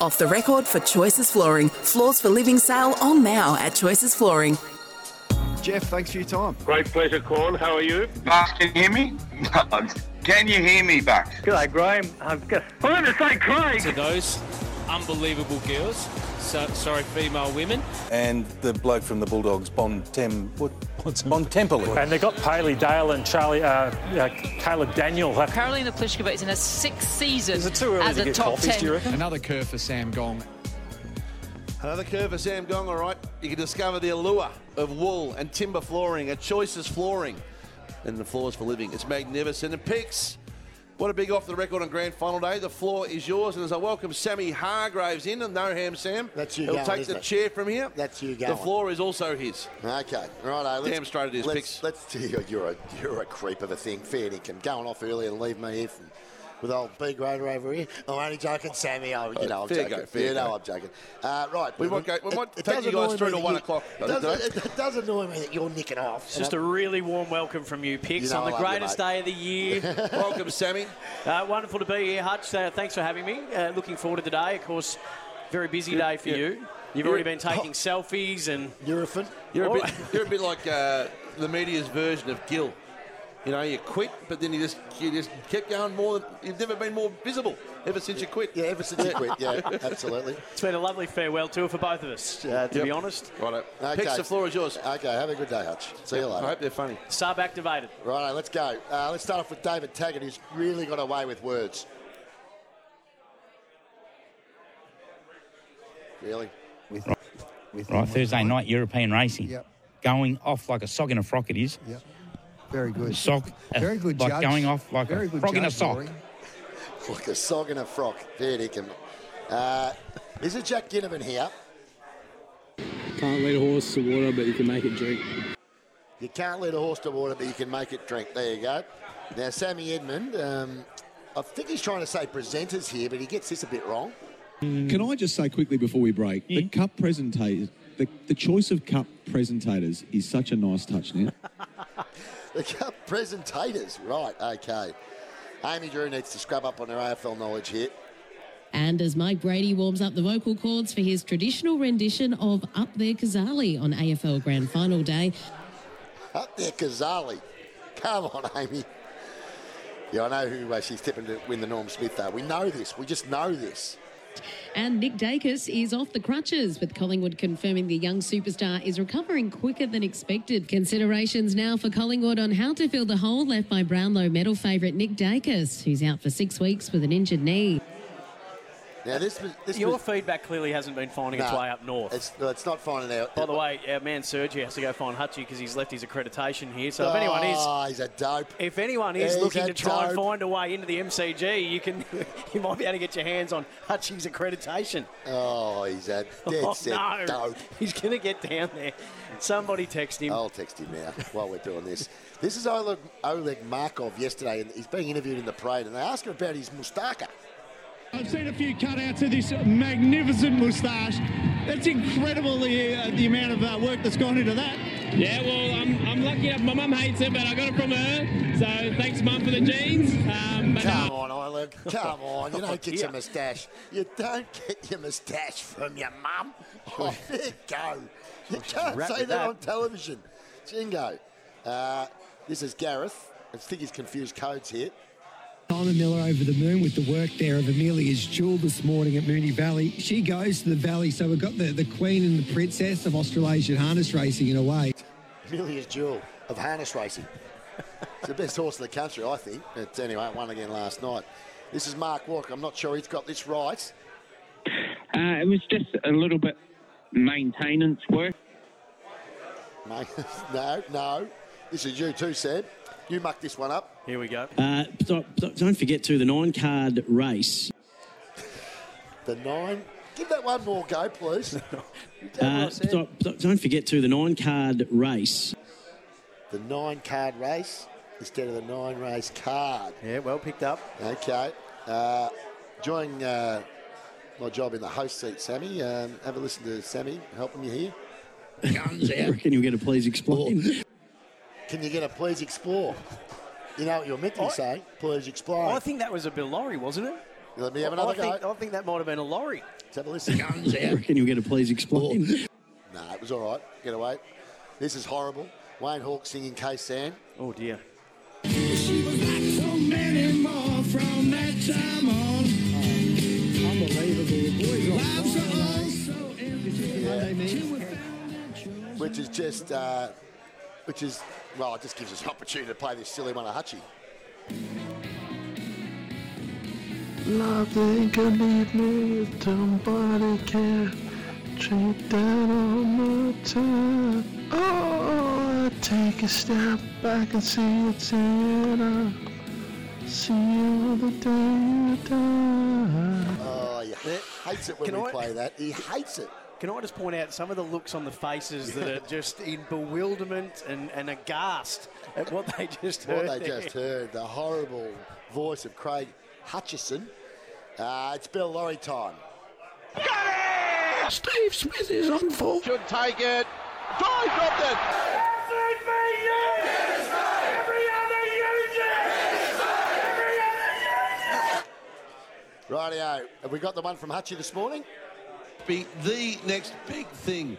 Off the record for Choices Flooring. Floors for Living sale on now at Choices Flooring. Jeff, thanks for your time. Great pleasure, Corn. How are you? Buck, can you hear me? can you hear me, Buck? G'day, Graham. I'm going to say Craig. to those unbelievable girls. So, sorry, female women. and the bloke from the Bulldogs, Bon Tem, what, Bon Temple. And they got Paley Dale and Charlie, uh, uh, Caleb Daniel. Carolina Pliskova is in her sixth season Is it too early as to a get top coffees, ten. do you reckon? Another curve for Sam Gong. Another curve for Sam Gong, all right. You can discover the allure of wool and timber flooring at Choices Flooring and the floors for living. It's magnificent. And picks, what a big off the record on grand final day. The floor is yours. And as I welcome Sammy Hargraves in, and no ham, Sam. That's you He'll going, take isn't the it? chair from here. That's you The going. floor is also his. Okay, right. Let's, Damn straight it is, let's, Pix. Let's you're, you're a you're a creep of a thing, fair dinkum. Going off early and leave me here from, with old B grader over here. I'm only joking, Oh, Sammy. I, you know, I'm Fair joking. go, fair you know, go. I'm joking. Uh, right, We might go- we might take does you guys annoy through me to that one you- o'clock, It doesn't does, it? it does annoy me that you're nicking off. It's just a really warm welcome from you, Pix, You know I on the love you, greatest mate. day of the year. welcome, Sammy. Uh, wonderful to be here, Hutch. Uh, thanks for having me. Uh, looking forward to today. Of course, very busy day for yeah. you. You've You're- already been taking selfies and. You're a fin. You're a Oh. bit, you're a bit like uh, the media's version of Gil. You know, you quit, but then you just you just kept going more. Than, you've never been more visible ever since you quit. Yeah, ever since you quit. Yeah, absolutely. It's been a lovely farewell tour for both of us, uh, to Yep. be honest. Righto. Okay. Picks the floor is yours. Okay, have a good day, Hutch. See you I later. hope they're funny. Sub activated. Right, let's go. Uh, let's start off with David Taggart, who's really got away with words. Really? with, right Thursday night European racing. Yep. Going off like a sock in a frock. It is Yep. Very good. sock. uh, Very good. Like judge. going off like Very a good frog in a judge, sock. Rory. Like a sog in a frock. There, Dickham. Uh, this is Jack Ginnivan here. Can't lead a horse to water, but you can make it drink. You can't lead a horse to water, but you can make it drink. There you go. Now, Sammy Edmund, um, I think he's trying to say presenters here, but he gets this a bit wrong. Can I just say quickly before we break, the cup presentators, the, the choice of cup presentators is such a nice touch now. The cup presentators. Right, okay. Amy Drew needs to scrub up on her AFL knowledge here. And as Mike Brady warms up the vocal cords for his traditional rendition of Up There Kazali on AFL Grand Final Day, Up there, Kazali. Come on, Amy. Yeah, I know who uh, she's tipping to win the Norm Smith, though. We know this. We just know this. and Nick Dacus is off the crutches, with Collingwood confirming the young superstar is recovering quicker than expected. Considerations now for Collingwood on how to fill the hole left by Brownlow medal favourite Nick Dacus, who's out for six weeks with an injured knee. Now, this was. This Your was, feedback clearly hasn't been finding its Nah, way up north. It's, well, it's not finding out. By the way, our man Sergio has to go find Hutchie because he's left his accreditation here. So if anyone is Oh, he's a dope. If anyone is He's looking a to try and dope. find a way into the MCG, you can you might be able to get your hands on Hutchings' accreditation. Oh, he's a dead Oh, set no. dope. Oh. He's going to get down there. Somebody text him. I'll text him now while we're doing this. This is Oleg, Oleg Markov yesterday, and he's being interviewed in the parade, and they ask him about his mustaka. I've seen a few cutouts of this magnificent moustache. It's incredible the, uh, the amount of uh, work that's gone into that. Yeah, well, I'm, I'm lucky enough. My mum hates it, but I got it from her. So thanks, mum, for the jeans. Um, but Come no. on, Oleg. Come on. You don't get Yeah. your moustache. You don't get your moustache from your mum. Oh, there you go. You can't wrap say with that, that. on television. Jingo. Uh, this is Gareth. I think he's confused codes here. Simon Miller over the moon with the work there of Amelia's jewel this morning at Mooney Valley. She goes to the valley, so we've got the, the queen and the princess of Australasian harness racing in a way. Amelia's jewel of harness racing. it's the best horse in the country, I think. But anyway, it won again last night. This is Mark Walker. I'm not sure he's got this right. Uh, it was just a little bit maintenance work. Mate, no, no. This is you too, Sam. You muck this one up. Here we go. Uh, so- so- don't forget to the nine card race. The nine. Give that one more go, please. Uh, so- so- don't forget to the nine card race. the nine card race instead of the nine race card. Yeah, well picked up. Okay. Uh, enjoying uh, my job in the host seat, Sammy. Um, have a listen to Sammy helping you here. I reckon you'll get a please explain. Can you get a please explore? You know what you're meant to be saying. Please explore. I think that was a Bill Laurie, wasn't it? Let me Oh. have another I think, go. I think that might have been a lorry. Let's have a listen. Guns I reckon you'll get a please explain. Nah, it was all right. Get away. This is horrible. Wayne Hawke singing K San. Oh dear. She was like so many more from that time on. Unbelievable. Boys on Lives fire, mate. are also This is the Monday man. Which is just, uh, which is, well, it just gives us an opportunity to play this silly one of Hutchie. Love ain't gonna leave me if somebody care. Drink down on my time. Oh, I take a step back and see it's in. I see you the day you die. Oh, he hates it when Can we I- play that. He hates it. Can I just point out some of the looks on the faces that are just in bewilderment and, and aghast at what they just What heard? they there. just heard, the horrible voice of Craig Hutchison. Uh, it's Bill Laurie time. Steve Smith is on for. Should take it. Drive dropped it. Rightio. Have we got the one from Hutchie this morning? Be the next big thing.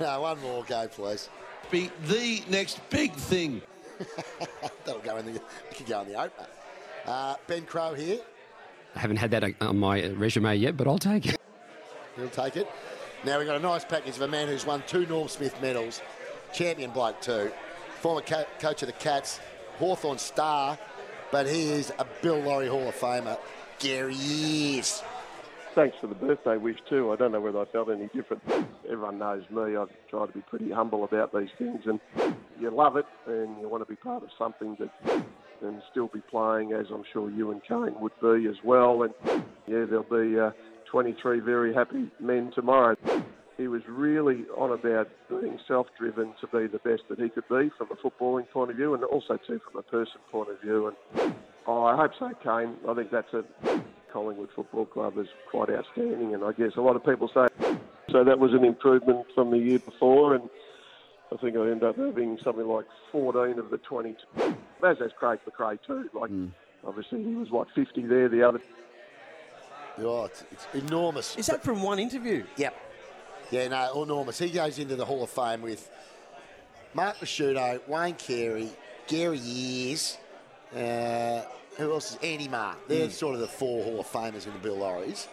no, one more go, please. Be the next big thing. That'll go in the. It could go in the opener. Uh, ben Crow here. I haven't had that uh, on my resume yet, but I'll take it. He'll take it. Now we've got a nice package of a man who's won two Norm Smith medals, champion bloke too, former co- coach of the Cats, Hawthorn star, but he is a Bill Laurie Hall of Famer. Gary is. Thanks for the birthday wish too. I don't know whether I felt any different. Everyone knows me. I try to be pretty humble about these things, and you love it, and you want to be part of something that and still be playing, as I'm sure you and Kane would be as well. And yeah, there'll be uh, 23 very happy men tomorrow. He was really on about being self-driven to be the best that he could be from a footballing point of view, and also too from a person point of view. And oh, I hope so, Kane. I think that's it. Collingwood Football Club is quite outstanding, and I guess a lot of people say so. That was an improvement from the year before, and I think I ended up having something like 14 of the 20. As has Craig McRae too. Like obviously he was what 50 there. The other Oh, it's, it's enormous. Is that from one interview? Yep. Yeah, no, enormous. He goes into the Hall of Fame with Mark Prosciutto, Wayne Carey, Gary Years, uh, who else is Andy Marr. They're Mm. sort of the four Hall of Famers in the Bill Lorries.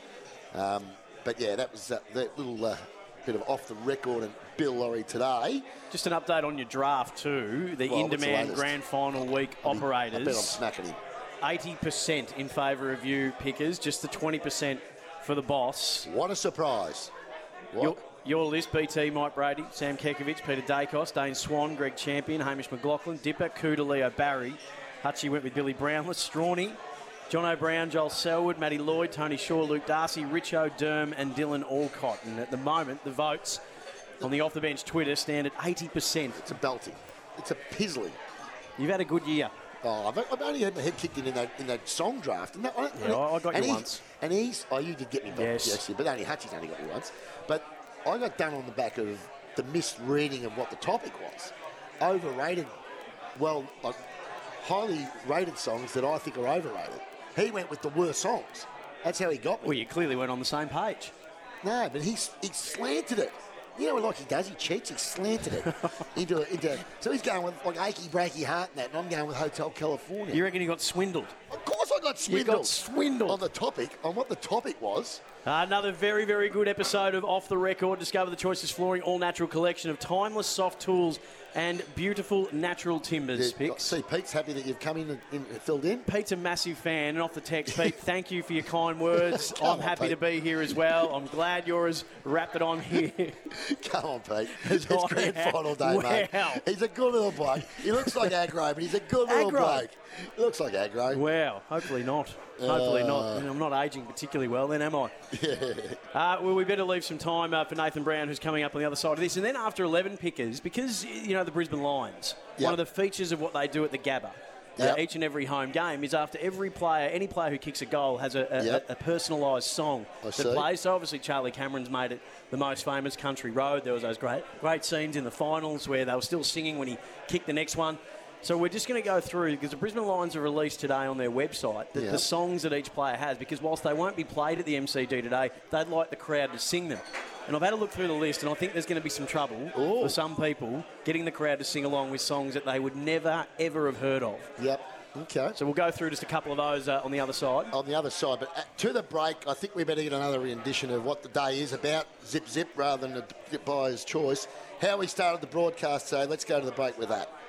Um, but yeah, that was uh, that little uh, bit of off the record and Bill Lorry today. Just an update on your draft too. The Well, what's the in-demand latest? grand final week I bet I'm operators. smacking him. 80% in favour of you pickers, just the 20% for the boss. What a surprise. Your, your list, BT, Mike Brady, Sam Kekovich, Peter Dacos, Dane Swan, Greg Champion, Hamish McLaughlin, Dipper, Kuda, Leo Barry. Hutchie went with Billy Brownless, Strawny, John O'Brown, Joel Selwood, Matty Lloyd, Tony Shaw, Luke Darcy, Rich O'Derm and Dylan Alcott. And at the moment, the votes on the off-the-bench Twitter stand at 80%. It's a belting. It's a pizzling. You've had a good year. Oh, I've, I've only had my head kicked in in that, in that song draft. And that, Yeah, I- I got you and he- once. And he's, oh, you did get me back. Yes. Yes. yeah, but only Hutchie's only got you once. But I got done on the back of the misreading of what the topic was. Overrated, well, like, highly rated songs that I think are overrated. He went with the worst songs. That's how he got me. Well, you clearly weren't on the same page. No, but he, s- he slanted it. You know what like he does? He cheats. He slanted it into into. So he's going with like achy breaky heart and that, and I'm going with Hotel California. You reckon you got swindled? Of course, I got You swindled. got swindled. on the topic, on what the topic was. Another very, very good episode of Off the Record. Discover the Choices Flooring all natural collection of timeless soft tools and beautiful natural timbers. Yeah, Picks. See, Pete's happy that you've come in and, and filled in. Pete's a massive fan, and off the text, Pete, thank you for your kind words. Come I'm on, happy to be Pete. here as well. I'm glad you're as wrapped that I'm here. Come on, Pete. It's grand am. final day, mate. Wow. He's a good little bloke. He looks like aggro, but he's a good little Aggro. bloke. He looks like aggro. Wow. Hopefully not. Hopefully Uh. not. And I'm not aging particularly well, then, am I? Yeah. Uh, well, we better leave some time uh, for Nathan Brown, who's coming up on the other side of this. And then after 11 pickers, because, y- you know, the Brisbane Lions, one of the features of what they do at the Gabba, uh, Yep. each and every home game, is after every player, any player who kicks a goal has a, a, Yep. a, a personalised song that see. plays. So obviously Charlie Cameron's made it the most famous Country Road. There was those great, great scenes in the finals where they were still singing when he kicked the next one. So we're just going to go through because the Brisbane Lions have released today on their website the, Yeah. the songs that each player has because whilst they won't be played at the MCG today, they'd like the crowd to sing them. And I've had a look through the list and I think there's going to be some trouble for some people getting the crowd to sing along with songs that they would never ever have heard of. Yep. Okay. So we'll go through just a couple of those uh, on the other side. On the other side, but uh, to the break, I think we better get another rendition of what the day is about. Zip zip rather than a d- buyer's choice. How we started the broadcast today. Let's go to the break with that.